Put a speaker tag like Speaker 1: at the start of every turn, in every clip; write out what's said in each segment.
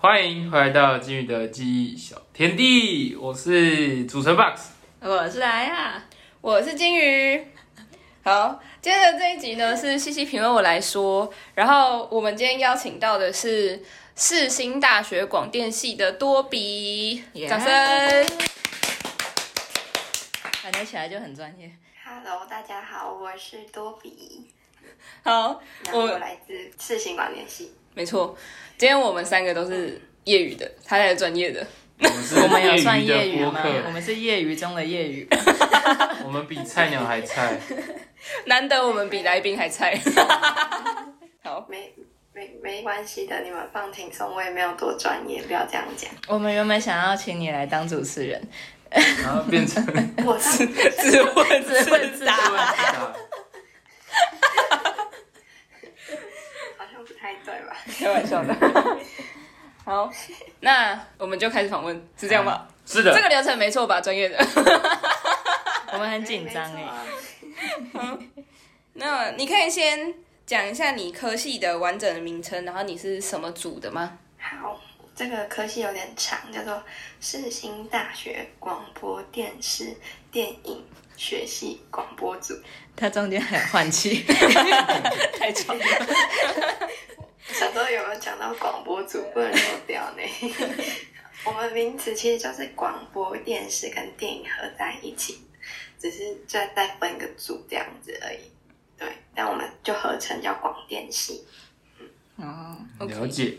Speaker 1: 欢迎回到金鱼的记忆小天地，我是主持人 Box。
Speaker 2: 我是莱亚，
Speaker 3: 我是金鱼。好，接着这一集呢是西西评论我来说，然后我们今天邀请到的是世新大学广电系的多比
Speaker 2: Yeah
Speaker 3: 掌声。
Speaker 2: 感觉起来就很专业。
Speaker 4: Hello，大家好，我是多比，
Speaker 3: 好，
Speaker 4: 然后
Speaker 3: 我
Speaker 4: 我来自世新管联系。
Speaker 3: 没错，今天我们三个都是业余的，他才是专业的。
Speaker 1: 我们是
Speaker 2: 我们有算业
Speaker 1: 业
Speaker 2: 余
Speaker 1: 余的播
Speaker 2: 吗？我
Speaker 1: 客，
Speaker 2: 们是业余中的业余。
Speaker 1: 我们比菜鸟还菜。
Speaker 3: 难得我们比来宾还菜。好，
Speaker 4: 没没没关系的，你们放轻松，我也没有多专业，不要这样讲。
Speaker 2: 我们原本想要请你来当主 持人，
Speaker 1: 然后变成
Speaker 4: 我上
Speaker 3: 自问
Speaker 2: 自问
Speaker 3: 自
Speaker 2: 自
Speaker 3: 答。
Speaker 2: 答。
Speaker 4: 好像不太对吧？
Speaker 3: 开玩笑的。好，那我们就开始访问，是这样吧？
Speaker 1: 是的，
Speaker 3: 啊这个流程没错吧？专业的。
Speaker 2: 我们很紧张
Speaker 4: 没错
Speaker 2: 哎。
Speaker 4: 啊
Speaker 3: 那你可以先讲一下你科系的完整的名称，然后你是什么组的吗？
Speaker 4: 啊好，这个科系有点长，叫做世新大学广播电视电影学系广播组。
Speaker 2: 他中间很换 气，
Speaker 3: 太长了。
Speaker 4: 想说有没有讲到广播组不能漏掉呢？我们名词其实就是广播电视跟电影合在一起，只是再再分一个组这样子而已。对，但我们就合成叫广电系。
Speaker 2: 哦，
Speaker 1: 了解。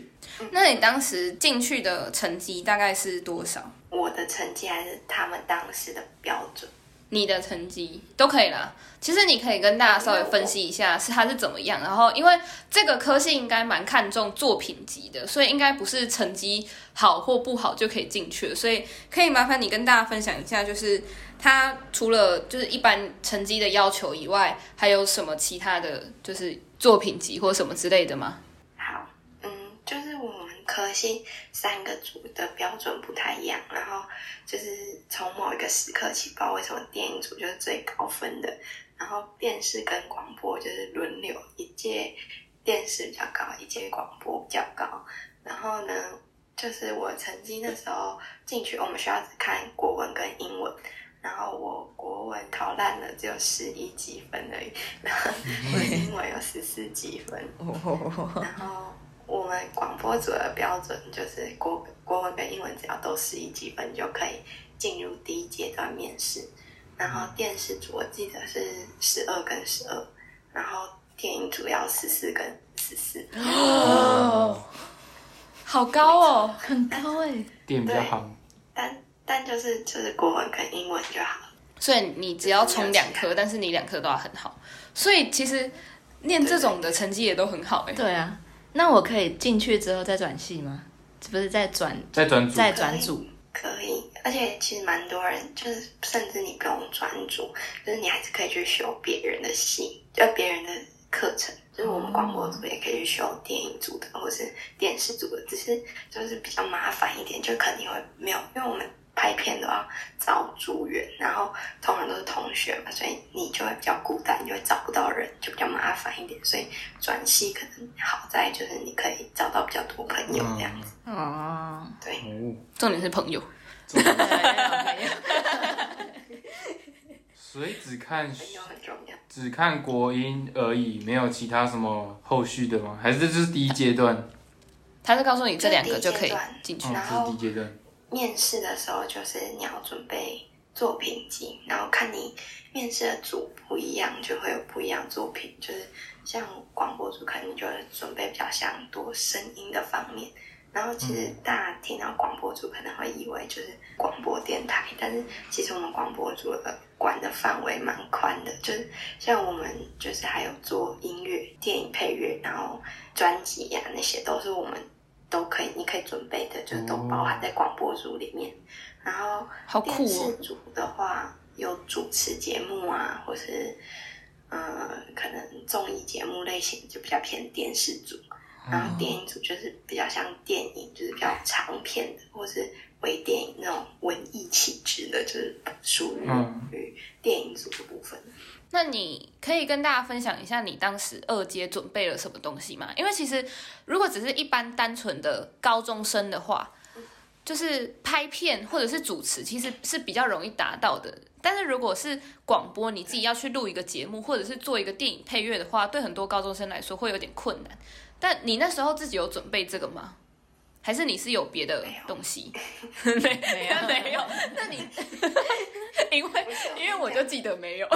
Speaker 3: 那你当时进去的成绩大概是多少？
Speaker 4: 我的成绩还是他们当时的标准。
Speaker 3: 你的成绩都可以啦。其实你可以跟大家稍微分析一下，是它是怎么样。然后，因为这个科系应该蛮看重作品集的，所以应该不是成绩好或不好就可以进去了。所以，可以麻烦你跟大家分享一下，就是它除了就是一般成绩的要求以外，还有什么其他的就是作品集或什么之类的吗？
Speaker 4: 好，嗯，就是我们科系三个组的标准不太一样，然后就是从某一个时刻起，不知道为什么电影组就是最高分的，然后电视跟广播就是轮流，一届电视比较高，一届广播比较高，然后呢，就是我成绩那时候进去，我们学校只看国文跟英文。然后我国文考烂了，只有十一几分而已，然后 英文有十四几分，
Speaker 2: 哦，
Speaker 4: 然后我们广播组的标准就是国国文跟英文只要都十一几分就可以进入第一阶段面试。然后电视组我记得是十二跟十二，然后电影组要十四跟十四。
Speaker 1: 哦，
Speaker 3: 好高哦！
Speaker 2: 很高哎。
Speaker 1: 店比较好。
Speaker 4: 但但就是就是国文跟英文就好。
Speaker 3: 所以你只要冲两科，但是你两科都要很好。所以其实念这种的成绩也都很好哎、
Speaker 2: 对啊，那我可以进去之后再转系吗？不是再转
Speaker 1: 再转组，
Speaker 2: 再转组？
Speaker 4: 可以，而且其实蛮多人就是，呃甚至你不用专注，就是你还是可以去修别人的戏，呃，别人的课程。就是我们广播组也可以去修电影组的，或是电视组的，只是就是比较麻烦一点，就肯定会没有，因为我们拍片都要找组员，然后通常都是同学嘛，所以你就会比较孤单，你就会找不到人，就比较麻烦一点。所以转系可能好在就是你可以找到比较多朋友这样子，
Speaker 2: 哦，
Speaker 4: 对。
Speaker 1: 嗯，
Speaker 3: 重点是朋友。
Speaker 1: 哦
Speaker 2: 没 有
Speaker 1: 所以只看
Speaker 4: 朋友很重要。
Speaker 1: 只看国音而已，没有其他什么后续的吗？还是这就是第一阶段？
Speaker 3: 他是告诉你这两个就可以进去
Speaker 1: 嗯，。
Speaker 4: 然
Speaker 1: 这
Speaker 4: 后
Speaker 1: 是第一阶段。
Speaker 4: 面试的时候，就是你要准备作品集，然后看你面试的组不一样，就会有不一样作品。就是像广播组，可能就会准备比较像多声音的方面。然后其实大家听到广播组可能会以为就是广播电台，但是其实我们广播组的管的范围蛮宽的，就是像我们就是还有做音乐、电影配乐，然后专辑呀、那些都是我们都可以，你可以准备的，就是都包含在广播组里面。然后
Speaker 3: 好酷
Speaker 4: 电视
Speaker 3: 哦！
Speaker 4: 组的话，有主持节目啊，或是呃，可能综艺节目类型就比较偏电视组，然
Speaker 3: 哦
Speaker 4: 后电影组就是比较像电影，就是比较长片的，或是微电影那种文艺气质的，就是属于
Speaker 1: 嗯
Speaker 4: 于电影组的部分。
Speaker 3: 那你可以跟大家分享一下你当时二阶准备了什么东西吗？因为其实如果只是一般单纯的高中生的话，就是拍片或者是主持，其实是比较容易达到的。但是如果是广播，你自己要去录一个节目，或者是做一个电影配乐的话，对很多高中生来说会有点困难。但你那时候自己有准备这个吗？还是你是有别的东西？没 没有没有。那你 因为
Speaker 4: 不是
Speaker 3: 因为我就记得没有。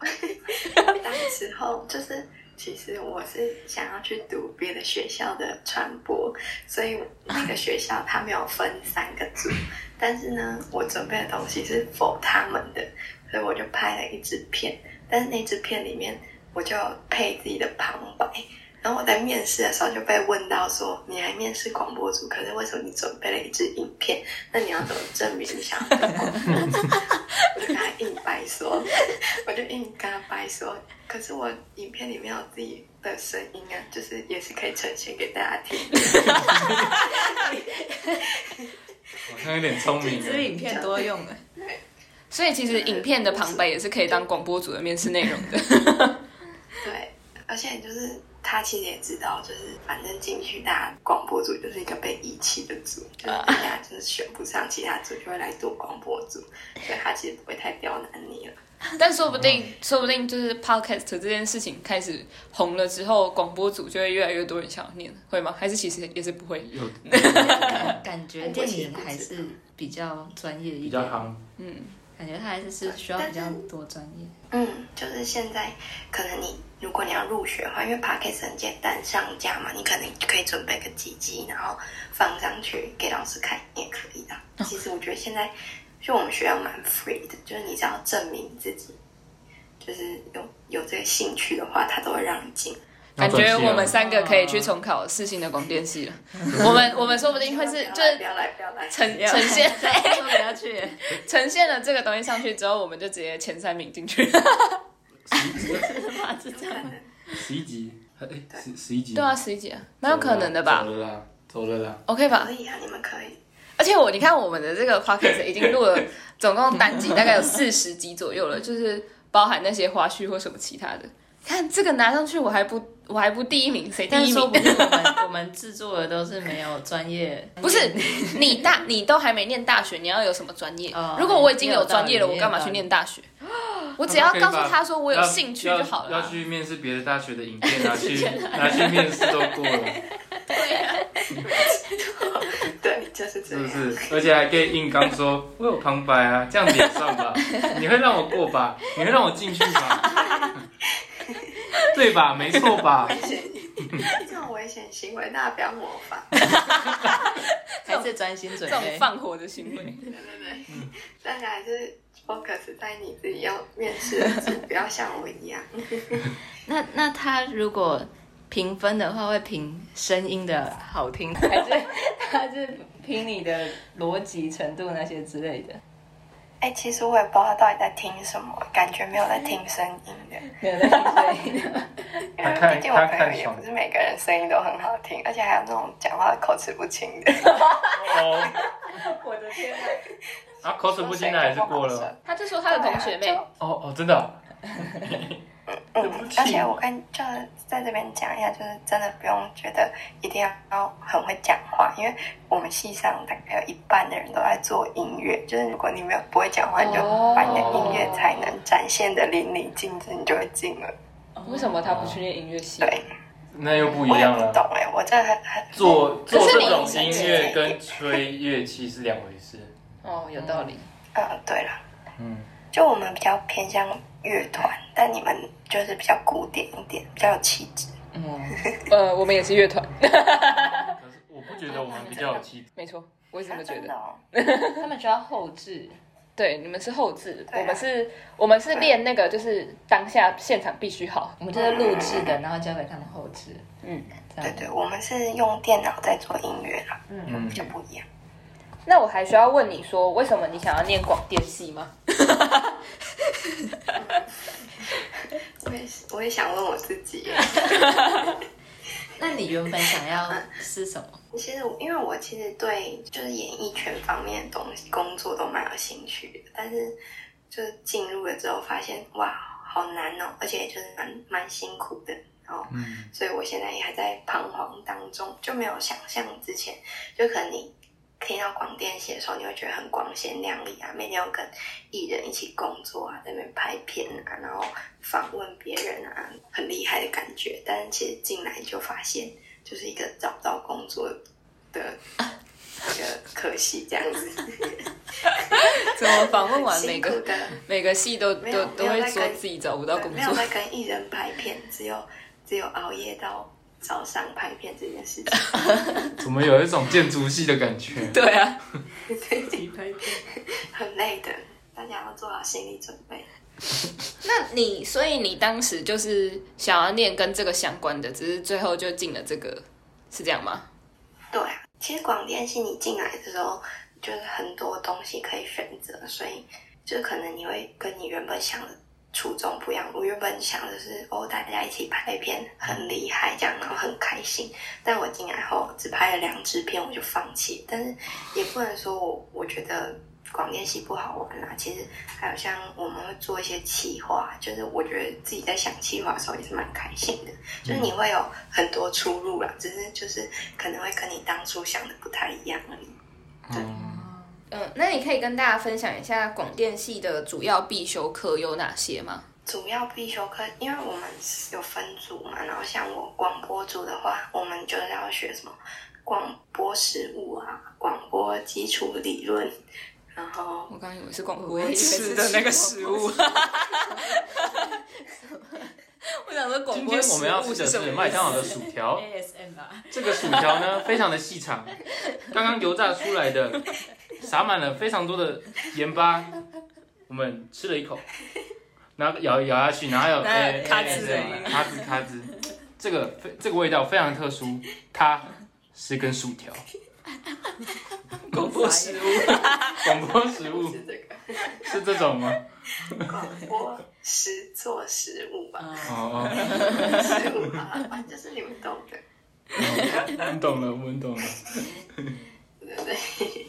Speaker 4: 当时候就是，其实我是想要去读别的学校的传播，所以那个学校它没有分三个组，但是呢，我准备的东西是否他们的，所以我就拍了一支片，但是那支片里面我就配自己的旁白。然后我在面试的时候就被问到说，你来面试广播组，可是为什么你准备了一支影片？那你要怎么证明你想要当广播组？我就跟他硬掰说，我就硬跟他掰说，可是我影片里面有自己的声音啊，就是也是可以呈现给大家听。
Speaker 1: 好像有点聪明
Speaker 2: 这
Speaker 1: 了。
Speaker 2: 影片多用了，
Speaker 3: 所以其实影片的旁白也是可以当广播组的面试内容 的。
Speaker 4: 对，而且就是他其实也知道，就是反正进去大家广播组就是一个被遗弃的组，就是大家就是选不上其他组，就会来读广播组，所以他其实不会太刁难你了。
Speaker 3: 但说不定，说不定就是 podcast 这件事情开始红了之后，广播组就会越来越多人想要念，会吗？还是其实也是不会？
Speaker 1: 有
Speaker 2: 感觉电影还是比较专业一
Speaker 1: 比较
Speaker 2: 点，
Speaker 1: 夯，
Speaker 3: 嗯，
Speaker 2: 感觉它还是是需要比较多专业。
Speaker 4: 嗯，就是现在，可能你如果你要入学的话，因为 p o d c a s t 很简单上架嘛，你可能就可以准备个几集，然后放上去给老师看也可以的。
Speaker 3: 哦
Speaker 4: 其实我觉得现在就我们学校蛮 free 的，就是你只要证明自己，就是有有这个兴趣的话，他都会让你进。
Speaker 3: 感觉
Speaker 1: 要转系了
Speaker 3: 我们 三个可以去重考世新的广电系了。我们我们说不定会 是就
Speaker 4: 不
Speaker 3: 是
Speaker 4: 要来，不要来，
Speaker 3: 呈
Speaker 2: 要
Speaker 3: 呈现
Speaker 2: 说不要 去，
Speaker 3: 呈现了这个东西上去之后，我们就直接前三名进去。
Speaker 2: 哇，是这样。
Speaker 1: 十一集，哎，十十一集，
Speaker 3: 对啊，十一姐，蛮有可能的 吧
Speaker 1: 走了啦，走了啦，
Speaker 3: ？OK 吧
Speaker 4: 可？以啊，你们可以。
Speaker 3: 而且我你看我们的这个 podcast 已经录 了总共单集大概有四十集左右了，就是包含那些花絮或什么其他的。看这个拿上去，我还不我还不第一名，谁第
Speaker 2: 但
Speaker 3: 一
Speaker 2: 是说
Speaker 3: 名？
Speaker 2: 不定我们 我们制作的都是没有专业，
Speaker 3: 不是你大你都还没念大学，你要有什么专业
Speaker 2: 哦？
Speaker 3: 如果我已经有专
Speaker 2: 也
Speaker 3: 业了，
Speaker 2: 有道理
Speaker 3: 我干嘛去念大学？我只要告诉他说我有兴趣就好
Speaker 1: 要
Speaker 3: 了
Speaker 1: 要。去面试别的大学的影 片，拿去拿去面试都过了，
Speaker 4: 对，就是
Speaker 1: 是
Speaker 4: 这
Speaker 1: 不
Speaker 4: 样。
Speaker 1: 是？
Speaker 3: 啊
Speaker 1: 而且还可以硬刚说，我有旁白啊，这样子也算 吧？你会让我过吧？你会让我进去吧？ 对吧？没错吧？
Speaker 4: 危险， 这种危险行为大家不要模仿。
Speaker 2: 还是专心
Speaker 3: 这
Speaker 2: 准
Speaker 3: 种
Speaker 2: 备。
Speaker 3: 放火的行为，
Speaker 4: 对对对，大家还是 focus 在你自己要面试的组，不要像我一样。
Speaker 2: 那那他如果评分的话，会评声音的好听， 还是他是评你的逻辑程度那些之类的？
Speaker 4: 哎、其实我也不知道他到底在听什么，感觉没有在听声音 的，
Speaker 2: 没有在听声音 的。
Speaker 4: 因
Speaker 1: 他
Speaker 4: 为
Speaker 1: 看
Speaker 4: 毕竟我朋
Speaker 1: 他
Speaker 4: 友
Speaker 1: 看
Speaker 4: 也
Speaker 1: 爽
Speaker 4: 不是每个人声音都很好听，而且还有那种讲话口齿不清的。
Speaker 1: 哦，
Speaker 2: 我的天哪！
Speaker 1: 啊，口齿不清的还是过了。
Speaker 3: 他就说他的同学妹
Speaker 4: 对啊
Speaker 1: 哦哦，真的 哦、
Speaker 4: 嗯
Speaker 1: 不，起
Speaker 4: 而且我跟就是在这边讲一下，就是真的不用觉得一定要很会讲话，因为我们系上大概有一半的人都在做音乐，就是如果你没有不会讲话，你就
Speaker 1: 哦
Speaker 4: 把你的音乐才能展现的淋漓尽致，你就会进了。
Speaker 3: 为什么他不去念音乐系？
Speaker 4: 对，
Speaker 1: 那又不一
Speaker 4: 我也
Speaker 1: 样
Speaker 4: 不
Speaker 1: 了。
Speaker 4: 懂哎、我真的很很
Speaker 1: 做做
Speaker 3: 可是
Speaker 1: 这
Speaker 3: 你
Speaker 1: 种音乐跟吹乐器是两回事。
Speaker 3: 哦，有道理。
Speaker 4: 嗯，对了，
Speaker 1: 嗯，
Speaker 4: 就我们比较偏向乐团，但你们就是比较古典一点，比较有气质。
Speaker 2: 嗯，
Speaker 3: 呃，我们也是乐团，
Speaker 1: 可是我不觉得我们比较有气质。
Speaker 3: 没错，我也这么觉
Speaker 4: 真
Speaker 3: 得
Speaker 4: 的。哦，
Speaker 2: 他们需要后置，
Speaker 3: 对，你们是后置，
Speaker 4: 对啊
Speaker 3: 我们是，我们是练那个，就是当下现场必须好。
Speaker 2: 我们就是录制的，然后交给他们后置。
Speaker 3: 嗯，
Speaker 2: 这
Speaker 4: 对
Speaker 2: 样。
Speaker 4: 对，我们是用电脑在做音乐啦，
Speaker 1: 嗯
Speaker 4: 就不一样。
Speaker 3: 那我还需要问你说，为什么你想要念广电系吗？
Speaker 4: 我也是我也想问我自己耶。
Speaker 2: 那你原本想要是什么？
Speaker 4: 其实我因为我其实对就是演艺圈方面的东西工作都蛮有兴趣的，但是就是进入了之后发现哇，好难哦，而且就是蛮蛮辛苦的。然后，
Speaker 1: 嗯
Speaker 4: 所以我现在也还在彷徨当中，就没有想象之前，就可能你听到广电系的时候，你会觉得很光鲜亮丽啊，每天要跟艺人一起工作啊，在那边拍片啊，然后访问别人啊，很厉害的感觉。但是其实进来就发现，就是一个找不到工作的一个可惜这样子，
Speaker 3: 怎么访问完每
Speaker 4: 辛苦
Speaker 3: 个
Speaker 4: 的。
Speaker 3: 每个戏都
Speaker 4: 没
Speaker 3: 都
Speaker 4: 有
Speaker 3: 都
Speaker 4: 没
Speaker 3: 会
Speaker 4: 有在
Speaker 3: 说
Speaker 4: 跟
Speaker 3: 自己找不到工
Speaker 4: 没有
Speaker 3: 作，
Speaker 4: 在跟艺人拍片，只有只有熬夜到早上拍片这件事情。
Speaker 1: 怎么有一种建筑系的感觉？
Speaker 3: 对啊，
Speaker 4: 很累的，大家要做好心理准备。
Speaker 3: 那你所以你当时就是想要念跟这个相关的，只是最后就进了这个，是这样吗？
Speaker 4: 对啊，其实广电系你进来的时候，就是很多东西可以选择，所以就是可能你会跟你原本想的初衷不一样。我原本想的是哦，大家一起拍片很厉害，这样然后很开心。但我进来后只拍了两支片，我就放弃。但是也不能说我我觉得广电系不好玩啦、啊其实还有像我们会做一些企划，就是我觉得自己在想企划的时候也是蛮开心的，就是你会有很多出入啦，只是就是可能会跟你当初想的不太一样而已。
Speaker 1: 嗯，
Speaker 3: 嗯，那你可以跟大家分享一下广电系的主要必修课有哪些吗？
Speaker 4: 主要必修课，因为我们有分组嘛，然后像我广播组的话，我们就是要学什么广播实务啊，广播基础理论，然后
Speaker 3: 我刚以为是广播
Speaker 2: 我以为
Speaker 3: 吃
Speaker 2: 是
Speaker 3: 的那个
Speaker 2: 吃
Speaker 3: 食
Speaker 2: 广播
Speaker 3: 物，我想说广
Speaker 1: 今
Speaker 3: 播
Speaker 1: 天
Speaker 3: 食
Speaker 1: 我们要吃
Speaker 3: 物
Speaker 1: 的是
Speaker 3: 什么
Speaker 1: 麦
Speaker 3: 意思？
Speaker 1: 当劳的薯条，
Speaker 2: ASM 吧，
Speaker 1: 这个薯条呢非常的细长，刚刚油炸出来的，撒满了非常多的盐巴，我们吃了一口，然后咬咬下去，然后还有
Speaker 3: 哪有
Speaker 1: 哎
Speaker 3: 咔
Speaker 1: 哎
Speaker 3: 吱
Speaker 1: 哎
Speaker 3: 的音
Speaker 1: 咔吱咔吱，这个非这个味道非常特殊，它是根薯条，
Speaker 3: 广播食物，
Speaker 1: 广播食 物
Speaker 4: 是这个
Speaker 1: 是这种吗？
Speaker 4: 广播实做实务吧，
Speaker 2: 嗯，
Speaker 1: 哦
Speaker 4: 实务啊，反正就是你们懂的，
Speaker 1: 哦，我们懂了，我们懂了。
Speaker 4: 对不对？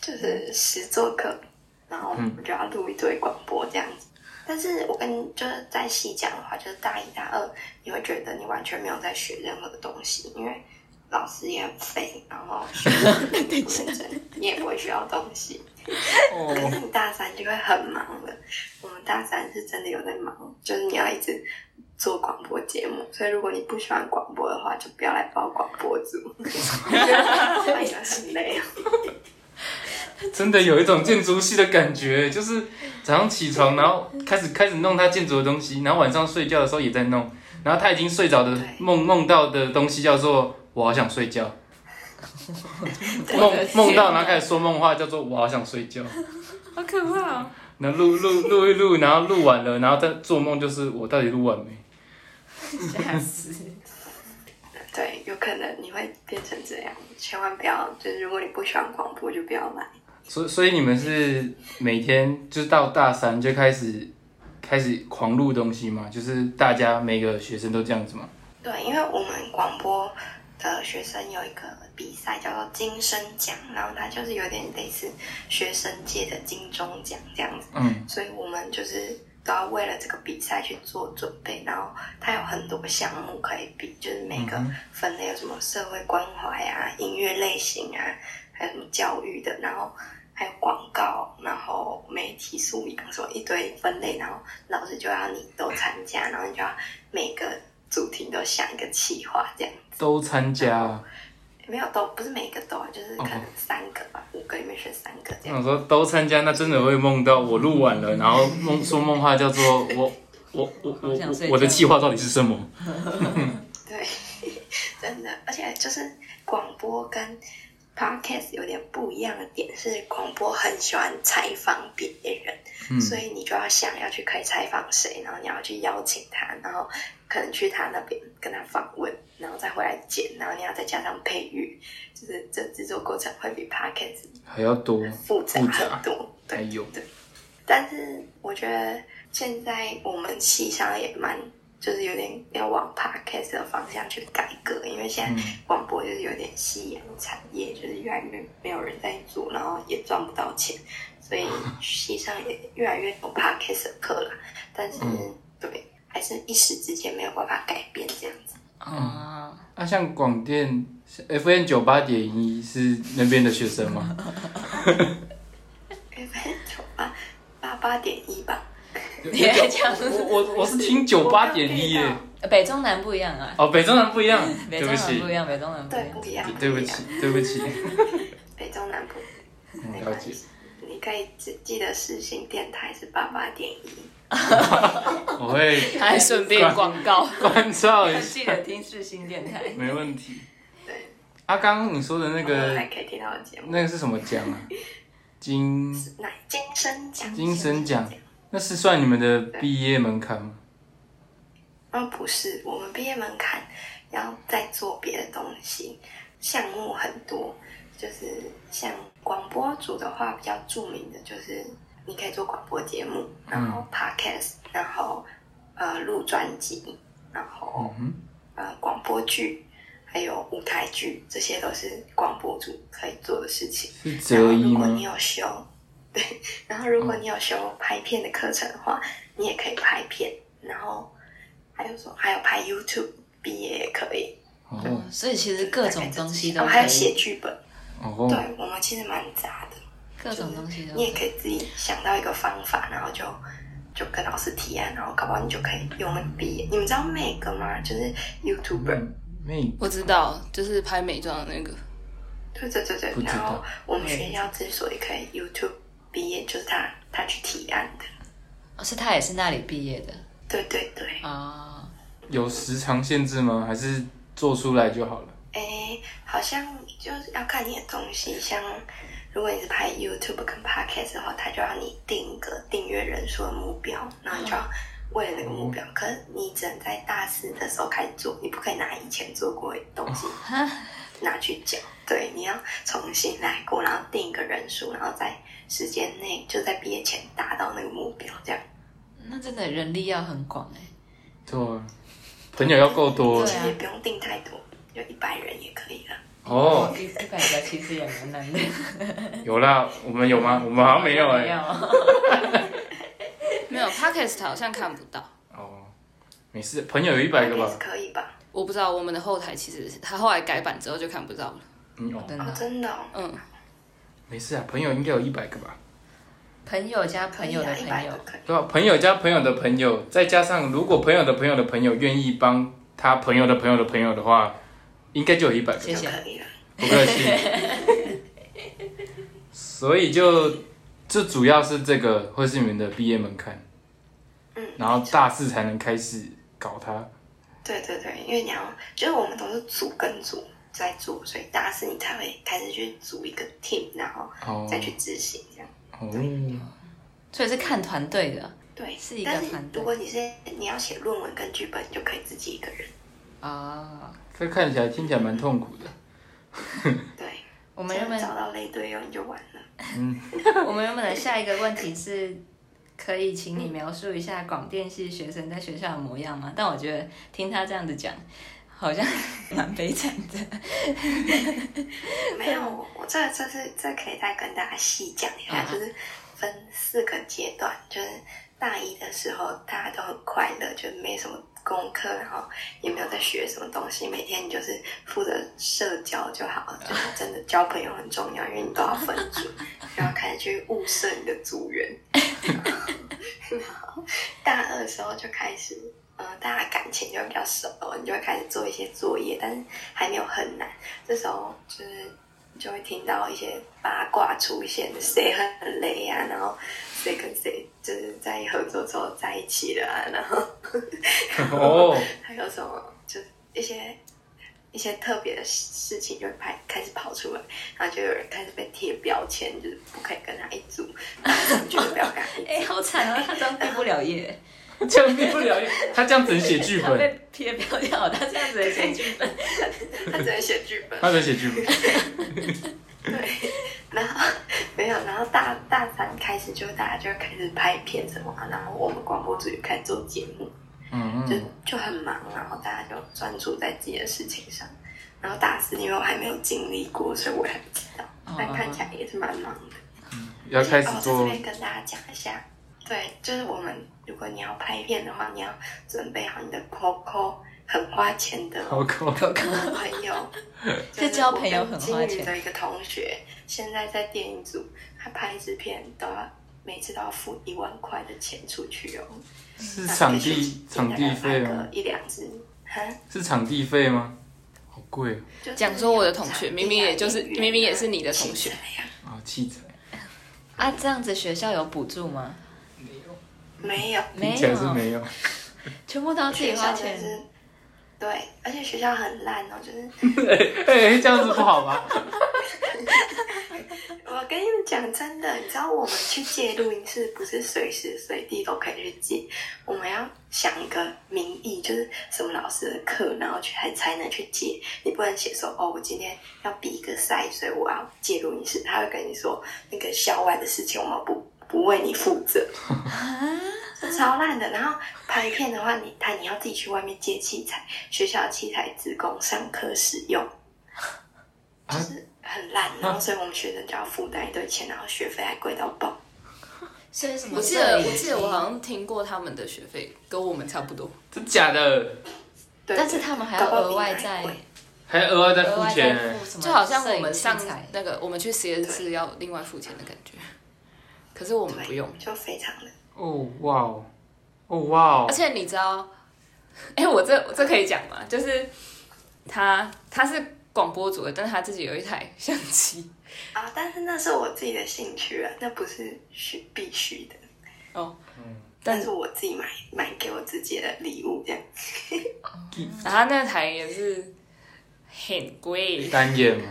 Speaker 4: 就是实作课，然后我们就要录一堆广播这样子。但是我跟你就是在细讲的话，就是大一、大二，你会觉得你完全没有在学任何的东西，因为老师也很废，然后学生也不认真，你也不会学到东西。可是
Speaker 1: 哦，
Speaker 4: 你大三就会很忙了。我们大三是真的有在忙，就是你要一直做广播节目。所以如果你不喜欢广播的话，就不要来报广播组，因为很累。
Speaker 1: 真的有一种建筑系的感觉，就是早上起床，然后开始开始弄他建筑的东西，然后晚上睡觉的时候也在弄，然后他已经睡着的
Speaker 4: 对
Speaker 1: 梦梦到的东西叫做我好想睡觉，梦
Speaker 3: 的天
Speaker 1: 梦到然
Speaker 3: 哪
Speaker 1: 后开始说梦话叫做我好想睡觉，
Speaker 3: 好可怕、哦！
Speaker 1: 然后录录录一录，然后录完了，然后再做梦就是我到底录完没？
Speaker 2: 吓死！
Speaker 4: 对，有可能你会变成这样，千万不要。就是如果你不喜欢广播，就不要来。
Speaker 1: 所所以你们是每天就是到大三就开始开始狂录东西吗？就是大家每个学生都这样子吗？
Speaker 4: 对，因为我们广播的学生有一个比赛叫做金声奖，然后它就是有点类似学生界的金钟奖这样子。
Speaker 1: 嗯，
Speaker 4: 所以我们就是都要为了这个比赛去做准备，然后它有很多项目可以比，就是每个
Speaker 1: 嗯
Speaker 4: 分类有什么社会关怀啊、音乐类型啊，还有什么教育的，然后啊还有广告，然后媒体素养什么一堆分类，然后老师就要你都参加，然后你就要每个主题都想一个企划这样。
Speaker 1: 都参加啊。
Speaker 4: 没有都不是每个都啊，就是可能
Speaker 1: 哦
Speaker 4: 三个吧，五个里面选三个这
Speaker 1: 我
Speaker 4: 样。
Speaker 1: 想说都参加，那真的会梦到我录完了，然后梦说梦话叫 做我我我我
Speaker 2: 好想
Speaker 1: 我
Speaker 2: 睡觉
Speaker 1: 我的计划到底是什么？
Speaker 4: 对， 真的，而且就是广播跟 podcast 有点不一样的点是，广播很喜欢采访别人，
Speaker 1: 嗯，
Speaker 4: 所以你就要想要去可以采访谁，然后你要去邀请他，然后可能去他那边跟他访问，然后再回来剪，然后你要再加上配乐，就是这制作过程会比 podcast
Speaker 1: 还要多
Speaker 4: 复杂
Speaker 1: 复杂
Speaker 4: 很多。
Speaker 1: 还
Speaker 4: 对，
Speaker 1: 有
Speaker 4: 但是我觉得现在我们系上也蛮，就是有点要往 podcast 的方向去改革，因为现在
Speaker 1: 嗯
Speaker 4: 广播就是有点夕阳产业，就是越来越没有人在做，然后也赚不到钱，所以系上也越来越多 podcast 的课了，但是、
Speaker 1: 嗯
Speaker 4: 对，还是一时之间没有办法改变这样子。
Speaker 2: 啊、
Speaker 1: 那、像广电 FN 九八点一是那边的学生吗？
Speaker 4: 原本九八八八点一吧，
Speaker 2: 你还讲
Speaker 1: 我我我是听九八点一耶。
Speaker 2: 北中南不一样啊，
Speaker 1: 哦，北中南不一样，对
Speaker 2: 北中
Speaker 1: 不
Speaker 2: 南
Speaker 1: 起
Speaker 2: 不一，样，北中南不一
Speaker 4: 对，
Speaker 2: 样
Speaker 4: 不。一样，
Speaker 1: 对
Speaker 4: 不
Speaker 1: 不
Speaker 4: 一
Speaker 1: 起
Speaker 4: 样，，
Speaker 1: 对不起，
Speaker 4: 北中南部
Speaker 1: 嗯
Speaker 4: 没
Speaker 1: 了
Speaker 4: 关
Speaker 1: 解
Speaker 4: 系。。你可以只记得世新电台是八八点一，
Speaker 1: 我 会
Speaker 3: 还顺便广告。
Speaker 1: 关照一下，
Speaker 2: 记得听世新电台，
Speaker 1: 没问题。
Speaker 4: 对，
Speaker 1: 啊，刚刚你说的那
Speaker 4: 然后还
Speaker 1: 个
Speaker 4: 可以听到我节目。
Speaker 1: 那个是什么奖 啊？金，
Speaker 4: 那金声奖，
Speaker 1: 金声奖那是算你们的毕业门槛吗？
Speaker 4: 嗯，不是，我们毕业门槛要再做别的东西，项目很多，就是像广播组的话，比较著名的就是你可以做广播节目，然后
Speaker 1: 嗯
Speaker 4: podcast，然后呃录专辑，然后
Speaker 1: 嗯
Speaker 4: 呃广播剧，还有舞台剧，这些都是广播组可以做的事情。
Speaker 1: 哼，是
Speaker 4: 然后
Speaker 1: 择一
Speaker 4: 如果
Speaker 1: 吗
Speaker 4: 你？有修，对， 然后如果你有修拍片的课程的话，你也可以拍片。然后还有什么？还有拍 YouTube 毕业也可以，
Speaker 1: 哦
Speaker 2: 所以其实各种东西都
Speaker 4: 哦还有写剧本。对
Speaker 1: 哦，
Speaker 4: 我们其实蛮杂的，
Speaker 2: 各种东西都
Speaker 4: 你也可以自己想到一个方法，然后就就跟老师提案，然后搞不好你就可以用那个毕业。你们知道 Make 吗？就是 YouTuber。
Speaker 2: 嗯
Speaker 1: 妹，
Speaker 3: 我知道，就是拍美妆的那个，
Speaker 4: 对对对对
Speaker 1: 不，知道
Speaker 4: 然后我们学校之所以可以 YouTube 毕业，就是他他去提案的。
Speaker 2: 哦是他也是那里毕业的
Speaker 4: 对对对。
Speaker 2: 啊、
Speaker 1: 有时长限制吗？还是做出来就好了？
Speaker 4: 诶，好像就是要看你的东西，像如果你是拍 YouTube 跟 Podcast 的话，它就要你定一个订阅人数的目标，然后你就要为了那个目标。
Speaker 2: 哦
Speaker 4: 可是你只能在大四的时候开始做，你不可以拿以前做过的东 西拿去讲。对，你要重新来过，然后定一个人数，然后在时间内就在毕业前达到那个目标，这样。
Speaker 2: 那真的人力要很广哎、
Speaker 1: 对啊，朋友要够多
Speaker 2: 对
Speaker 4: 其
Speaker 2: 啊
Speaker 4: 实也不用定太多，就一百人也可以了。
Speaker 1: 哦。
Speaker 2: 一一百个其实也蛮难的，
Speaker 1: 有啦，我们有吗？我们好像没有哎、
Speaker 2: 没有，
Speaker 3: 没有 podcast 好像看不到。
Speaker 1: 哦，没事，朋友有一百个吧
Speaker 4: Podcast？可以吧？
Speaker 3: 我不知道我们的后台其实它后来改版之后就看不到了。
Speaker 1: 嗯哦，
Speaker 2: 真
Speaker 4: 哦，
Speaker 2: 的，
Speaker 4: 真的、哦。
Speaker 3: 嗯，
Speaker 1: 没事啊，朋友应该有一百个吧？
Speaker 2: 朋友加嗯朋友的
Speaker 4: 可以
Speaker 2: 朋
Speaker 4: 啊100
Speaker 2: 友
Speaker 4: 个，可以
Speaker 1: 对吧？朋友加朋友的朋友，再加上如果朋友的朋友的朋友愿意帮他朋友的朋友的朋友的话，应该就有一百个，
Speaker 2: 谢
Speaker 4: 就
Speaker 2: 谢。
Speaker 4: 可以了。
Speaker 1: 不客气。所以就这主要是这个会是你们的毕业门槛，
Speaker 4: 嗯，
Speaker 1: 然后大四才能开始搞它。
Speaker 4: 对对对，因为你要，就是我们都是组跟组在做，所以大四你才会开始去组一个 team，然后
Speaker 1: 哦
Speaker 4: 再去执行这样。
Speaker 1: 哦，
Speaker 2: 所以是看团队的
Speaker 4: 对，
Speaker 2: 是一个
Speaker 4: 但是
Speaker 2: 团队
Speaker 4: 如果你是你要写论文跟剧本，你就可以自己一个人。
Speaker 2: 啊、哦
Speaker 1: 这看起来听起来蛮痛 苦的。
Speaker 4: 对，
Speaker 2: 我
Speaker 4: 我
Speaker 2: 们原本
Speaker 4: 找到类队友哦你就完了。
Speaker 2: 我们原本的下一个问题是，可以请你描述一下广电系学生在学校的模样吗？但我觉得听他这样子讲，好像 蛮悲惨的。
Speaker 4: 没有，我我这个这是这可以再跟大家细讲一下，
Speaker 2: 嗯
Speaker 4: 就是分四个阶段，就是大一的时候大家都很快乐，就没什么功课，然后也没有在学什么东西，每天你就是负责社交就好了，就是真的交朋友很重要，因为你都要分组，然后开始去物色你的组员， 然后大二的时候就开始。呃，大家感情就比较熟，你就会开始做一些作业，但是还没有很难。这时候就是就会听到一些八卦出现，谁很累啊，然后谁跟谁就是在合作之后在一起了、啊，然后
Speaker 1: 哦，
Speaker 4: 还有什么就是一些一些特别的事情就会开开始跑出来，然后就有人开始被贴标签，就是不可以跟他一组，然后我觉得不要跟他一组。
Speaker 2: 哎、好惨哦，他这样毕不了业，
Speaker 1: 这样毕不了业，他这样只能写剧
Speaker 2: 他
Speaker 1: 本，
Speaker 2: 被撇标掉，他这样子的写剧本。
Speaker 4: 他只能写剧本。
Speaker 1: 他只能写剧本。
Speaker 4: 对，然后没有，然后大大三开始就大家就开始拍片什么啊，然后我们广播组就开始做节目，
Speaker 1: 嗯
Speaker 4: 就
Speaker 1: 嗯，
Speaker 4: 就很忙，然后大家就专注在自己的事情上。然后大四因为我还没有经历过，所以我也不知道
Speaker 2: 哦，
Speaker 4: 但看起来也是蛮忙的。
Speaker 1: 嗯要开始
Speaker 4: 哦，在这
Speaker 1: 做
Speaker 4: 边跟大家讲一下，对，就是我们如果你要拍片的话，你要准备好你的 Coco，很花钱的
Speaker 1: 好高，
Speaker 4: 哦 朋友，
Speaker 2: 这交朋友很花钱
Speaker 4: 就是我跟金鱼的一个同学，现在在电影组，他拍一支片都要每次都要付一万块的钱出去哦。
Speaker 1: 是场地场地费
Speaker 4: 大概拍
Speaker 1: 吗
Speaker 4: 个？一两支，哈，
Speaker 1: 是场地费吗？好贵哦
Speaker 4: 就是
Speaker 3: 讲说我的同学明明也就是
Speaker 4: 演员啊
Speaker 3: 明明也是你的同学
Speaker 4: 器材啊
Speaker 1: 啊，器材
Speaker 2: 啊，这样子学校有补助吗？
Speaker 4: 没有，
Speaker 1: 听
Speaker 2: 没
Speaker 1: 起来
Speaker 2: 有
Speaker 1: 是，没有，
Speaker 2: 全部都要自己花
Speaker 4: 学校
Speaker 2: 钱。
Speaker 4: 真是。对，而且学校很烂哦，就是
Speaker 1: 哎，这样子不好吧？
Speaker 4: 我跟你们讲真的，你知道我们去借录音室不是随时随地都可以去借，我们要想一个名义，就是什么老师的课，然后去还才能去借。你不能写说哦，我今天要比一个赛，所以我要借录音室。他会跟你说那个校外的事情，我们不不为你负责，超烂的。然后拍片的话，你他你要自己去外面借器材，学校的器材只供上课使用。就是很烂，然后所以我们学生就要负担一堆钱，然后学费还贵到爆。
Speaker 2: 所以什么？
Speaker 3: 我记得我记得我好，像听过他们的学费跟我们差不多，
Speaker 1: 真假的，
Speaker 4: 对，
Speaker 2: 但是他们还要额外
Speaker 4: 搞
Speaker 2: 再
Speaker 4: 不好比
Speaker 1: 还额外再
Speaker 2: 额
Speaker 1: 付
Speaker 2: 外
Speaker 1: 钱
Speaker 2: 再
Speaker 1: 欸
Speaker 2: 付，什么？
Speaker 3: 就好像我们上
Speaker 2: 摄影器材
Speaker 3: 那个我们去实验室要另外付钱的感觉。可是我
Speaker 4: 你
Speaker 3: 们
Speaker 4: 还
Speaker 3: 不
Speaker 4: 贵
Speaker 3: 用，
Speaker 4: 对就非常的
Speaker 1: 哦哇哦，哦哇哦
Speaker 3: 而，且你知道，哎、我这我这可以讲吗？就是他他是广播组的，但是他自己有一台相机。
Speaker 4: 啊。但是那是我自己的兴趣啊，那不是需必须的。
Speaker 3: 哦，
Speaker 1: 嗯
Speaker 4: 但是我自己买买给我自己的礼物，这样
Speaker 3: 然后那台也是很贵。
Speaker 1: 单眼嘛，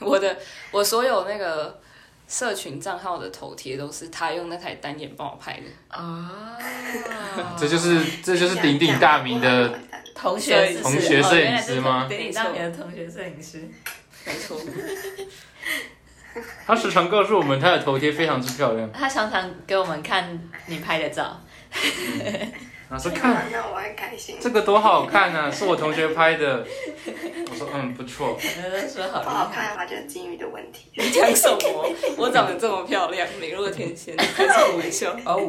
Speaker 3: 我的我所有那个社群账号的头贴都是他用那台单眼帮我拍的。
Speaker 2: 啊，
Speaker 1: 这就是这就是鼎鼎大名的，
Speaker 2: 同学是
Speaker 1: 同学摄影师吗
Speaker 2: 哦原来这是鼎鼎大名的同学摄影师，
Speaker 3: 没错，
Speaker 1: 他时常告诉我们他的头贴非常之漂亮，
Speaker 2: 他常常给我们看你拍的照，
Speaker 1: 然后说看
Speaker 4: 看那我很开心。
Speaker 1: 这个多好看啊，是我同学拍的，我说嗯不错，
Speaker 2: 我都说好
Speaker 4: 不好
Speaker 2: 厉害。
Speaker 4: 看的话就是金鱼的问题。
Speaker 3: 你讲什么？我长得这么漂亮，美若天仙，开什么玩笑？
Speaker 2: 哦，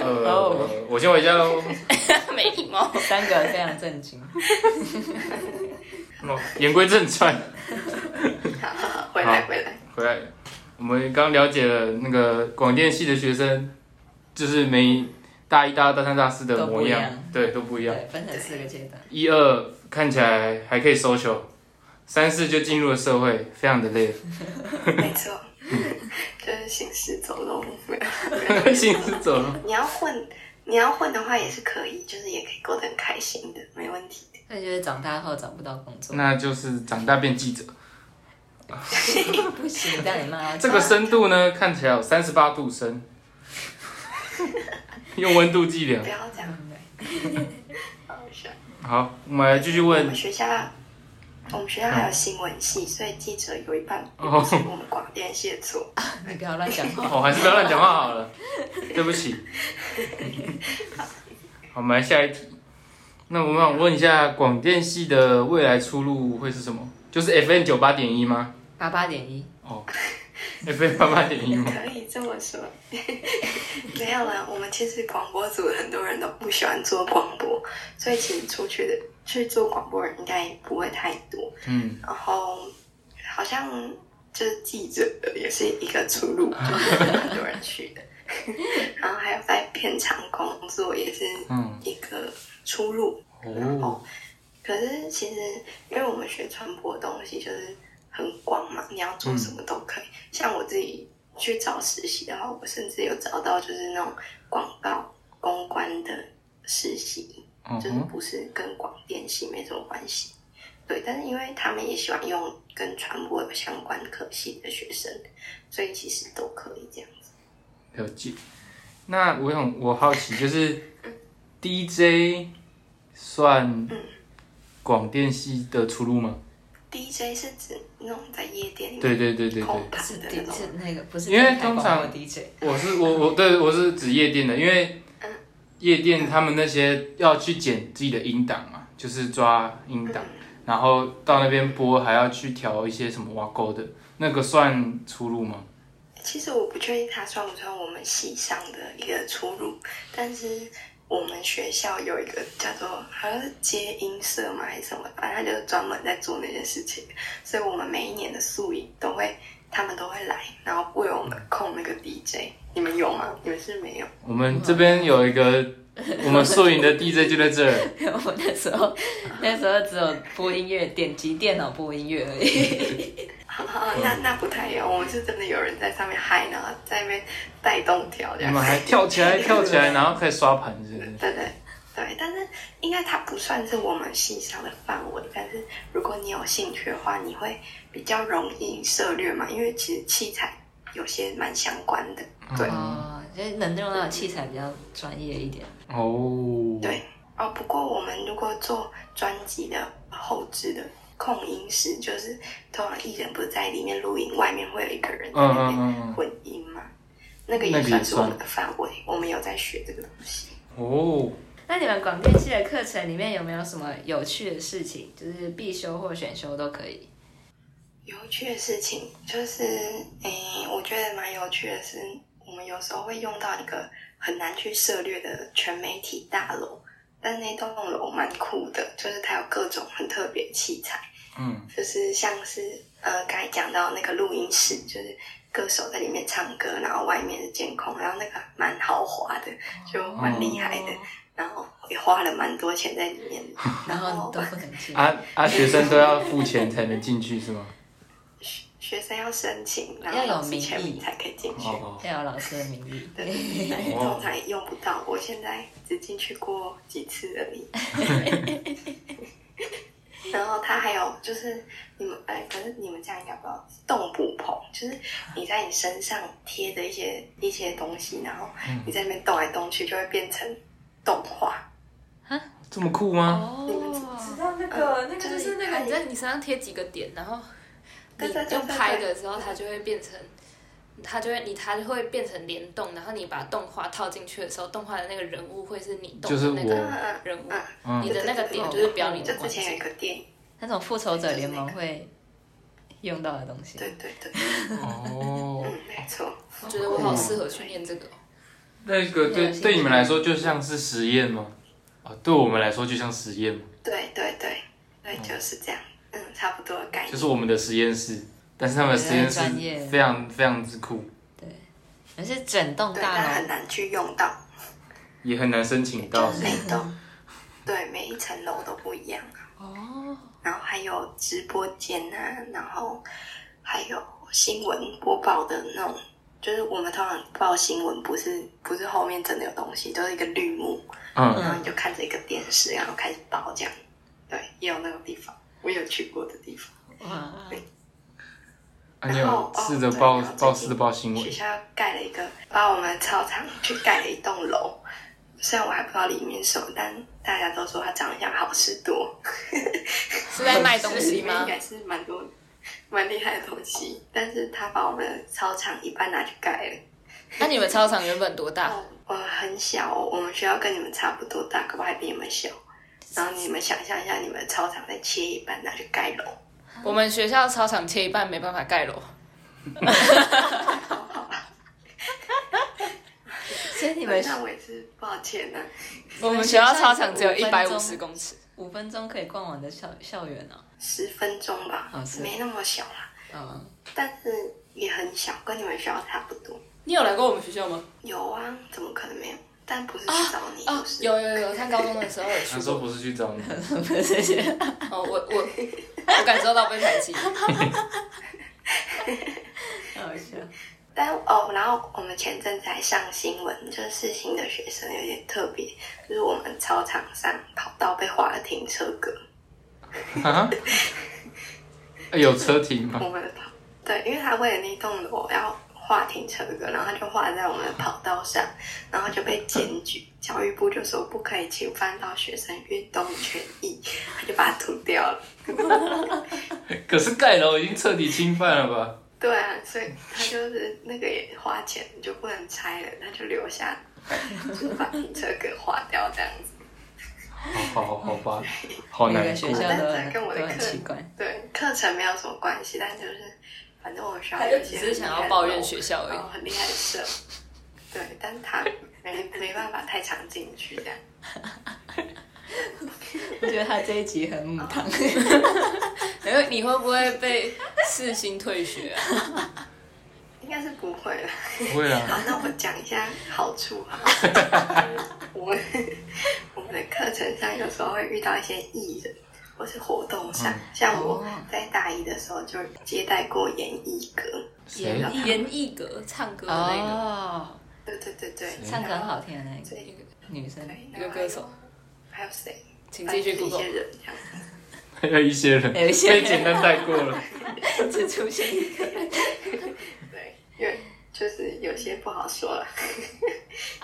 Speaker 1: 呃
Speaker 2: 哦，
Speaker 1: 我先回家喽，
Speaker 3: 没礼貌。
Speaker 2: 三个非常震惊。
Speaker 1: 哦言归正传。
Speaker 4: 好好好，啊回来
Speaker 1: 好
Speaker 4: 回来，
Speaker 1: 回来，我们刚了解了那个广电系的学生，就是每大一、大二、大三、大四的
Speaker 2: 都不
Speaker 1: 模
Speaker 2: 一
Speaker 1: 样，
Speaker 2: 样
Speaker 1: 对，都不一样。
Speaker 2: 对，分成四个阶段。
Speaker 1: 一二看起来还可以 social，三四就进入了社会，非常的累，
Speaker 4: 没错， 就是行尸走肉。没有
Speaker 1: 行尸走肉。
Speaker 4: 你要混，你要混的话也是可以，就是也可以过得很开心的，没问题。
Speaker 2: 那就是长大后找不到工 作，
Speaker 1: 那就是长大变记者，
Speaker 2: 不行，让你妈
Speaker 1: 这个深度呢看起来有三十八度深， 用温度计量
Speaker 4: 不。要这样， 好笑。
Speaker 1: 好，我们来继续
Speaker 4: 我
Speaker 1: 嗯问
Speaker 4: 们学校，我们学校还有新闻系，所以记者有一半也
Speaker 1: 哦
Speaker 4: 不是我们广电系的 错。
Speaker 2: 你不要乱讲 话。
Speaker 1: 哦，还是不要乱讲话好了，对不起。好，我们来下一题。那我想问一下，广电系的未来出路会是什么？就是 FM 九八点一吗
Speaker 2: 八八点一，
Speaker 1: ？FM 八八点一吗？
Speaker 4: 可以这么说， 没有啦。我们其实广播组很多人都不喜欢做广播，所以其实出去的去做广播人应该也不会太多。
Speaker 1: 嗯，
Speaker 4: 然后好像就是记者也是一个出 路，就是很多人去的。 然后还有在片场工作也是
Speaker 1: 嗯
Speaker 4: 一个出路。
Speaker 1: 哦，
Speaker 4: 可是其实，因为我们学传播的东西就是很广嘛，你要做什么都可以。
Speaker 1: 嗯
Speaker 4: 像我自己去找实习的话，我甚至有找到就是那种广告公关的实习，
Speaker 1: 嗯
Speaker 4: 就是
Speaker 1: 哼，
Speaker 4: 不是跟广电系没什么关系。对，但是因为他们也喜欢用跟传播有相关科系的学生，所以其实都可以这样子。
Speaker 1: 了解。那我想，我好奇就是 DJ 算广电系的出路吗？
Speaker 4: DJ 是指那种在夜店里
Speaker 1: 对
Speaker 4: 面
Speaker 1: 对对对对，
Speaker 4: 空盘
Speaker 2: 是
Speaker 4: 的那
Speaker 2: D
Speaker 4: 种，
Speaker 2: 是那个不是
Speaker 1: 因为
Speaker 2: 电台
Speaker 1: 通
Speaker 2: 广
Speaker 1: 常
Speaker 2: 播 DJ，
Speaker 1: 我是我我对我是指夜店的，因为夜店他们那些要去剪自己的音档嘛，就是抓音档，然后到那边播还要去调一些什么挖沟的，那个算出路吗？
Speaker 4: 其实我不确定它算不算我们系上的一个出路，但是我们学校有一个叫做好像是接音社嘛还是什么，反正他就是专门在做那件事情，所以我们每一年的宿营都会，他们都会来，然后为我们控那个 DJ。你们有吗？你们是没有？
Speaker 1: 我们这边有一个，我们宿营的 DJ 就在这儿，
Speaker 2: 我那时候那时候只有播音乐，点击电脑播音乐而 已。
Speaker 4: 好好好那那不太一样，我们是真的有人在上面嗨，然后在那边带动跳这
Speaker 1: 你
Speaker 4: 样。
Speaker 1: 们还跳起来跳起来，然后开始刷盘是不是？
Speaker 4: 对对对，但是应该它不算是我们系上的范围。但是如果你有兴趣的话，你会比较容易涉略嘛，因为其实器材有些蛮相关的。对、
Speaker 1: 嗯
Speaker 2: 哦，就是能用到的器材比较专业一点。
Speaker 1: 哦，
Speaker 4: 对哦，不过我们如果做专辑的后置的控音师，就是通常艺人不是在里面录音，外面会有一个人在
Speaker 1: 嗯
Speaker 4: 那
Speaker 1: 嗯
Speaker 4: 边
Speaker 1: 嗯
Speaker 4: 混音嘛，那个
Speaker 1: 那个
Speaker 4: 也
Speaker 1: 也
Speaker 4: 算是我
Speaker 1: 算
Speaker 4: 们的范围，我们有在学这个东西。
Speaker 1: 嗯，哦，
Speaker 2: 那你们广电系的课程里面有没有什么有趣的事情，就是必修或选修都可以？
Speaker 4: 有趣的事情就是，诶，我觉得蛮有趣的是，我们有时候会用到一个很难去涉略的全媒体大楼，但那栋楼蛮酷的，就是它有各种很特别的器材，
Speaker 1: 嗯，
Speaker 4: 就是像是呃刚才讲到那个录音室，就是歌手在里面唱歌，然后外面是监控，然后那个蛮豪华的，就蛮厉害
Speaker 2: 哦
Speaker 4: 的，然后也花了蛮多钱在里 面，
Speaker 2: 然
Speaker 4: 然
Speaker 2: 后
Speaker 4: 后
Speaker 2: 都不能去。
Speaker 1: 啊啊，学生都要付钱才能进去是吗？
Speaker 4: 学学生要申请，然
Speaker 2: 要
Speaker 4: 后
Speaker 2: 有
Speaker 4: 老师
Speaker 2: 名
Speaker 4: 签
Speaker 2: 义
Speaker 4: 名才可以进去。
Speaker 1: 哦，
Speaker 2: 要有老师的名义。
Speaker 4: 对，但是通常也用不到。我现在只进去过几次而已。然后它还有就是你们哎，可是你们这样应该不知道，动捕棚就是你在你身上贴的一些一些东西，然后你在那边动来动去，就会变成动画。
Speaker 1: 这么酷吗？
Speaker 3: 哦，
Speaker 4: 呃
Speaker 5: 道那个那个
Speaker 3: 就是那个你在你身上贴几个点，然后你用拍的时候，它就会变成，它就会你它就会变成联动，然后你把动画套进去的时候，动画的那个人物会是你动
Speaker 1: 就是
Speaker 3: 的那个
Speaker 1: 我
Speaker 4: 嗯
Speaker 3: 人物，
Speaker 4: 嗯
Speaker 1: 嗯
Speaker 3: 你的那个点就是表你
Speaker 4: 嗯，就
Speaker 3: 的
Speaker 4: 之
Speaker 3: 关
Speaker 4: 前有一
Speaker 3: 系。
Speaker 4: 个电影，
Speaker 2: 那种复仇者联盟会用到的东西。
Speaker 4: 对对对，
Speaker 1: 哦
Speaker 4: 嗯，没错。
Speaker 3: 我觉得我好适合去念这个哦，
Speaker 1: 那个对对你们来说就像是实验吗？啊，对我们来说就像实验嘛，
Speaker 4: 对对对对，就是这样，嗯，差不多的概念。
Speaker 1: 就是我们的实验室，但是他们的实验室
Speaker 2: 专业
Speaker 1: 非常非常之酷，
Speaker 2: 而是整栋
Speaker 4: 对，但
Speaker 2: 大
Speaker 4: 很
Speaker 2: 楼，
Speaker 4: 难去用到。
Speaker 1: 也很难申请到
Speaker 4: 就。是每栋，对，每一层楼都不一样啊。哦。然后还有直播间啊，然后还有新闻播报的那种，就是我们通常报新闻不是不是后面真的有东西，都、是一个绿幕，
Speaker 1: 嗯，
Speaker 4: 然后你就看着一个电视，然后开始报这样。对，也有那种地方，我有去过的地方。
Speaker 2: 哇，
Speaker 1: 啊，你有试着报报试着报新闻
Speaker 4: 学，校盖了一个，把我们操场去盖了一栋楼，虽然我还不知道里面什么，但大家都说它长得像好事多。
Speaker 3: 是在卖东
Speaker 4: 里
Speaker 3: 西
Speaker 4: 面应
Speaker 3: 吗？
Speaker 4: 该是蛮多蛮厉害的东西，但是他把我们的操场一半拿去盖了。
Speaker 3: 那你们操场原本多大？
Speaker 4: 哦，我很小、哦，我们学校跟你们差不多大，可不好还比你们小。然后你们想象一下，你们的操场再切一半拿去盖楼，
Speaker 3: 我们学校操场切一半，没办法盖楼。
Speaker 2: 所以你们
Speaker 4: 那我也是抱歉呢、啊
Speaker 3: 我们学校操场只有一百五十公尺，
Speaker 2: 五分钟可以逛完的校校园哦。
Speaker 4: 十分钟吧，
Speaker 2: 哦是
Speaker 4: 没那么小啦，
Speaker 2: 嗯，
Speaker 4: 但是也很小，跟你们学校差不多。
Speaker 3: 你有来过我们学校吗？
Speaker 4: 有啊，怎么可能没有？但不是去找你，
Speaker 3: 哦
Speaker 4: 就，是
Speaker 3: 有有有，他高中的时候有去
Speaker 1: 他说不是去找你，
Speaker 2: 不是谢谢。
Speaker 3: 哦，我我我感受到被排挤。
Speaker 2: 好笑。
Speaker 4: 但哦，然后我们前阵子还上新闻，就是世新的学生有点特别，就是我们操场上跑道被画了停车格，
Speaker 1: 啊？哎有车停吗
Speaker 4: 我？们的跑对，因为他为了那栋楼要画停车格，然后他就画在我们的跑道上，然后就被检举，教育部就说不可以侵犯到学生运动权益，他就把它涂掉了。
Speaker 1: 可是盖楼已经彻底侵犯了吧？
Speaker 4: 对啊，所以他就是那个也花钱就不能拆了，他就留下，就是把停车格划掉这样子。
Speaker 1: 好好好吧，好
Speaker 3: 嗯
Speaker 2: 每
Speaker 1: 难
Speaker 2: 个学
Speaker 1: 过
Speaker 2: 校。
Speaker 4: 但
Speaker 2: 都
Speaker 4: 是跟我
Speaker 2: 很
Speaker 4: 的
Speaker 2: 都很
Speaker 4: 课
Speaker 2: 奇怪。
Speaker 4: 对课程没有什么关系，但就是反正我学校
Speaker 2: 他
Speaker 4: 有
Speaker 2: 就
Speaker 4: 一
Speaker 2: 只
Speaker 4: 些
Speaker 2: 是想
Speaker 4: 很厉
Speaker 2: 要
Speaker 4: 害的
Speaker 2: 抱怨
Speaker 4: 动物
Speaker 2: 学校而
Speaker 4: 然后
Speaker 2: 已。
Speaker 4: 很厉害的社，对，但是他没没办法太常进去这样。
Speaker 2: 我觉得他这一集很母汤，
Speaker 3: 然后你会不会被四星退学啊？
Speaker 4: 应该是不会了。
Speaker 1: 不会啊啦，
Speaker 4: 好，那我讲一下好处 啊。我们我们的课程上有时候会遇到一些艺人，或是活动上，
Speaker 1: 嗯
Speaker 4: 像我
Speaker 2: 哦
Speaker 4: 在大一的时候就接待过演艺歌，
Speaker 1: 谁啊
Speaker 4: 然？后
Speaker 3: 演艺格唱歌的那个，
Speaker 2: 哦，
Speaker 4: 对对对对，
Speaker 1: 谁
Speaker 2: 唱歌很好听的那
Speaker 4: 所
Speaker 2: 个
Speaker 4: 以
Speaker 2: 女生，
Speaker 4: 对，
Speaker 3: 一个歌手，
Speaker 4: 还有谁？
Speaker 3: 请继续
Speaker 4: 反正就是
Speaker 3: Google
Speaker 4: 一。些人这样子。
Speaker 1: 还有一些人
Speaker 2: 有一些
Speaker 1: 被
Speaker 2: 人
Speaker 1: 简单带过了，
Speaker 2: 只出现一个，
Speaker 4: 对，因为就是有些不好说了。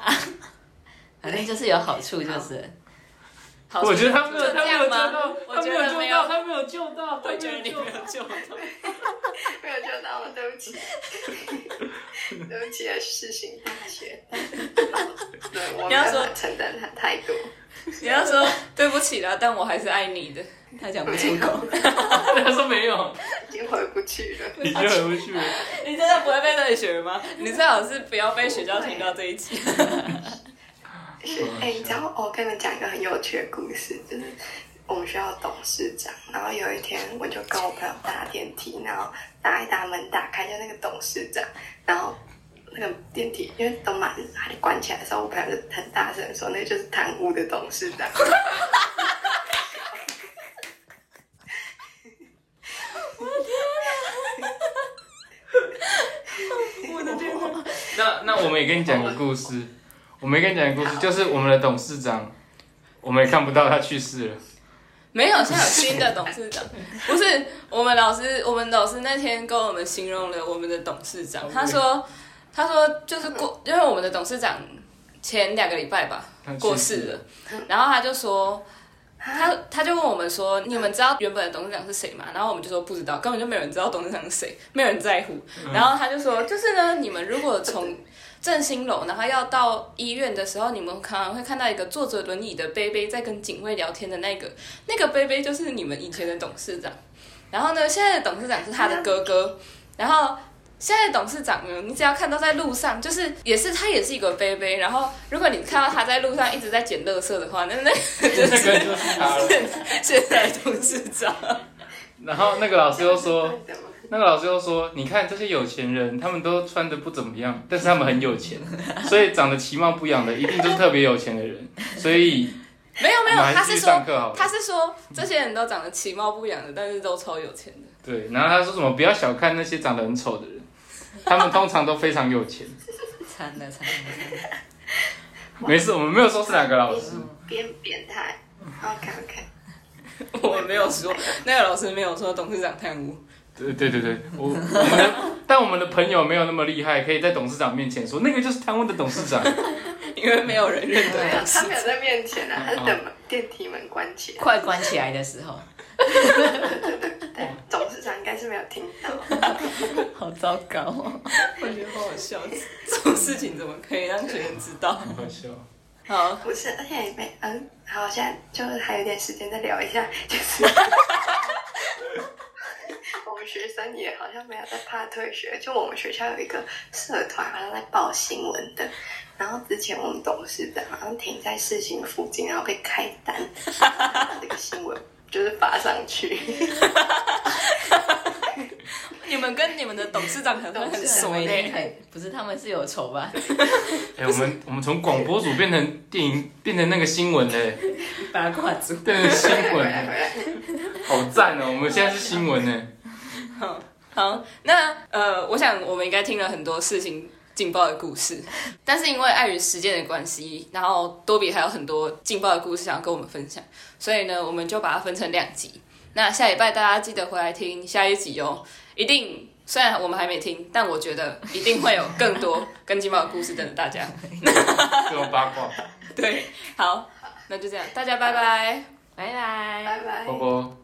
Speaker 2: 反正就是有好处，就是
Speaker 3: 好
Speaker 1: 我觉得他
Speaker 3: 就
Speaker 1: 没有，
Speaker 3: 这
Speaker 1: 他没有
Speaker 3: 样
Speaker 1: 救
Speaker 3: 吗
Speaker 1: 到，？
Speaker 3: 我
Speaker 1: 他
Speaker 3: 觉
Speaker 1: 没
Speaker 3: 得
Speaker 1: 有救
Speaker 3: 没有
Speaker 1: 到，，他没有救到，他
Speaker 3: 我觉得
Speaker 1: 没
Speaker 3: 你
Speaker 1: 有
Speaker 3: 没
Speaker 1: 救
Speaker 3: 有
Speaker 1: 到。
Speaker 3: 救到。
Speaker 4: 没有救到我，对不起，对不起啊，世新大学。对，
Speaker 3: 你
Speaker 4: 我没
Speaker 3: 要
Speaker 4: 有
Speaker 3: 说
Speaker 4: 办法承担他太多。
Speaker 3: 你要说对不起啦，但我还是爱你的。
Speaker 2: 他讲不出口，
Speaker 1: 他说没有，
Speaker 4: 已经回不去了。
Speaker 1: 你就回不去了。
Speaker 3: 你真的不会被退学吗？你最好是不要被学校听到这一 集。
Speaker 4: 是 哎、你知道我跟你们讲一个很有趣的故事，就是我们学校的董事长，然后有一天我就跟我朋友搭电梯，然后打一打门打开，就那个董事长，然后那个电梯因为都满了，他就关起来的时候，我朋友就很大声地说，那就是贪污的董事长。
Speaker 3: 我的天哪！
Speaker 1: 那那我们也跟你讲个故事，我们也跟你讲个故事，就是我们的董事长，我们也看不到他去世了。
Speaker 3: 没有，现在有新的董事长，
Speaker 4: 嗯
Speaker 3: 不是我们老师，我们老师那天跟我们形容了我们的董事长，他说，他说就是过，因为我们的董事长前两个礼拜吧
Speaker 1: 他去世
Speaker 3: 过世了，然后他就说。
Speaker 4: 啊
Speaker 3: 他他就问我们说，你们知道原本的董事长是谁吗？然后我们就说不知道，根本就没有人知道董事长是谁，没有人在乎。然后他就说，就是呢，你们如果从振兴楼，然后要到医院的时候，你们可能会看到一个坐着轮椅的贝贝在跟警卫聊天的那个，那个贝贝就是你们以前的董事长。然后呢，现在的董事长是他的哥哥。然后现在的董事长呢，你只要看到在路上，就是也是他也是一个贝贝。然后如果你看到他在路上一直在捡垃圾的话，那那
Speaker 1: 那
Speaker 3: 就
Speaker 1: 个
Speaker 3: 是
Speaker 1: 就是他 了。
Speaker 3: 现在的董事长。
Speaker 1: 然后那个老师又说，
Speaker 4: 对的吗
Speaker 1: 那个老师又说，你看这些有钱人，他们都穿的不怎么样，但是他们很有钱，所以长得其貌不扬的，一定都是特别有钱的人。所以
Speaker 3: 没 有没有
Speaker 1: 我们，
Speaker 3: 他
Speaker 1: 还是
Speaker 3: 是
Speaker 1: 继续
Speaker 3: 说
Speaker 1: 上课好了。
Speaker 3: 他是说这些人都长得其貌不扬的，但是都超有钱的。
Speaker 1: 对，然后他说什么不要小看那些长得很丑的人，他们通常都非常有钱。
Speaker 2: 惨了惨了，惨了
Speaker 1: 没事，我们没有说是哪个老师，
Speaker 4: 边变态。OK OK，
Speaker 3: 我们没有说那个老师没有说董事长贪污，
Speaker 1: 对对对对，我我们的，但我们的朋友没有那么厉害，可以在董事长面前说那个就是贪污的董事长。
Speaker 3: 因为没有人认得
Speaker 2: 对
Speaker 1: 嗯
Speaker 3: 董事
Speaker 4: 他
Speaker 3: 长
Speaker 4: 没。有在面前啊，他是等电梯门关起来。
Speaker 2: 快关起来的时 候，
Speaker 1: 哦
Speaker 4: 对，董事长应该是没有听到。
Speaker 2: 好糟糕哦。
Speaker 3: 我觉得好好笑，这种事情怎么可以让学生知道？
Speaker 1: 好笑，
Speaker 3: 好，
Speaker 4: 不是，而且也没嗯，好，现在就是还有点时间再聊一下，就是 我们学生也好像没有在怕退学，就我们学校有一个社团，好像在报新闻的。然后之前我们董事长好像停在事情附近，然后被开单，把这个新闻就是发上去。
Speaker 3: 你们跟你们的董事长可能很熟
Speaker 2: 一定
Speaker 3: 呢。
Speaker 2: 很不是他们是有仇 吧？
Speaker 1: 哎、我们我们从广播组变成电影，变成那个新闻嘞，
Speaker 2: 八卦族，
Speaker 1: 变成新
Speaker 4: 回来回
Speaker 1: 闻，
Speaker 4: 来，
Speaker 1: 好赞哦！我们现在是新闻呢，
Speaker 3: 好，那呃，我想我们应该听了很多事情劲爆的故事， 但是因为碍于时间的关系，然后多比还有很多劲爆的故事想要跟我们分享，所以呢，我们就把它分成两集。那下礼拜大家记得回来听下一集哦，一定。虽然我们还没听，但我觉得一定会有更多跟劲爆的故事等着大家。
Speaker 1: 这种八卦，
Speaker 3: 对，好，那就这样，大家拜拜。
Speaker 2: 拜拜。
Speaker 4: 拜拜
Speaker 1: 波。波。